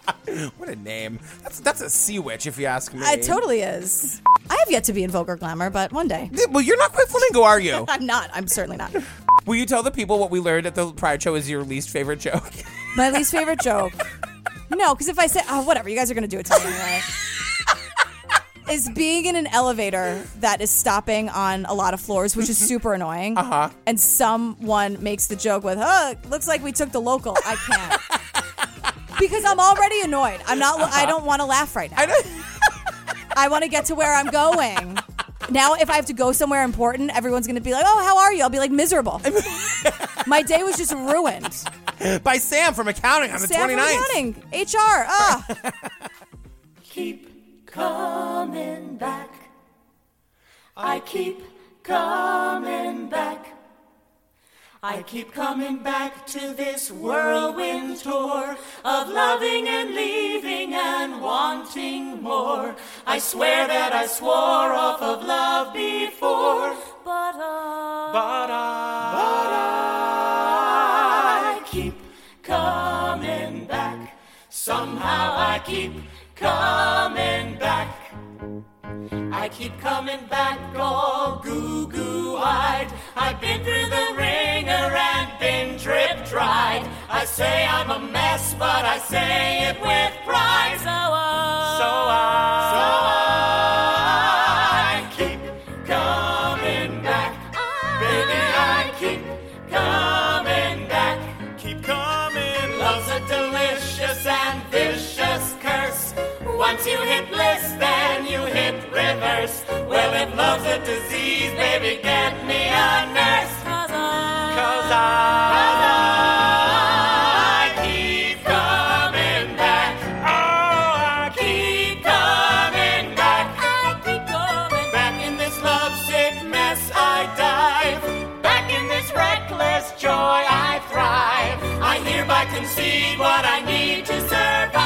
What a name. That's that's a sea witch if you ask me. It totally is. I have yet to be in vulgar glamour, but one day. Yeah, Well, you're not quite flamingo, are you? I'm not. I'm certainly not. Will you tell the people what we learned at the prior show is your least favorite joke? My least favorite joke. No, because if I say, oh, whatever, you guys are going to do it to me anyway. Is being in an elevator that is stopping on a lot of floors, which is super annoying. Uh huh. And someone makes the joke with, oh, looks like we took the local. I can't. because I'm already annoyed. I'm not, I Uh-huh. don't want to laugh right now. I, want to get to where I'm going. Now, if I have to go somewhere important, everyone's going to be like, oh, how are you? I'll be like, miserable. My day was just ruined. By Sam from accounting on the Sam from 29th. accounting, HR. Ah. coming back. I keep coming back. I keep coming back to this whirlwind tour of loving and leaving and wanting more. I swear that I swore off of love before, but I, but I, but I keep coming back. Somehow I keep coming back. I keep coming back all goo goo eyed. I've been through the ringer and been drip dried. I say I'm a mess, but I say it with pride. So I, so uh, I, so I keep coming back. Baby, I keep coming back. Keep coming. Love's a delicious and vicious curse. Once you hit bliss, then you hit reverse. Well, if love's a disease, baby, get me a nurse. Cause I, cause I, keep coming back. Oh, I keep coming back. I keep coming back in this love-sick mess. I dive back in this reckless joy. I thrive. I hereby concede what I need to survive.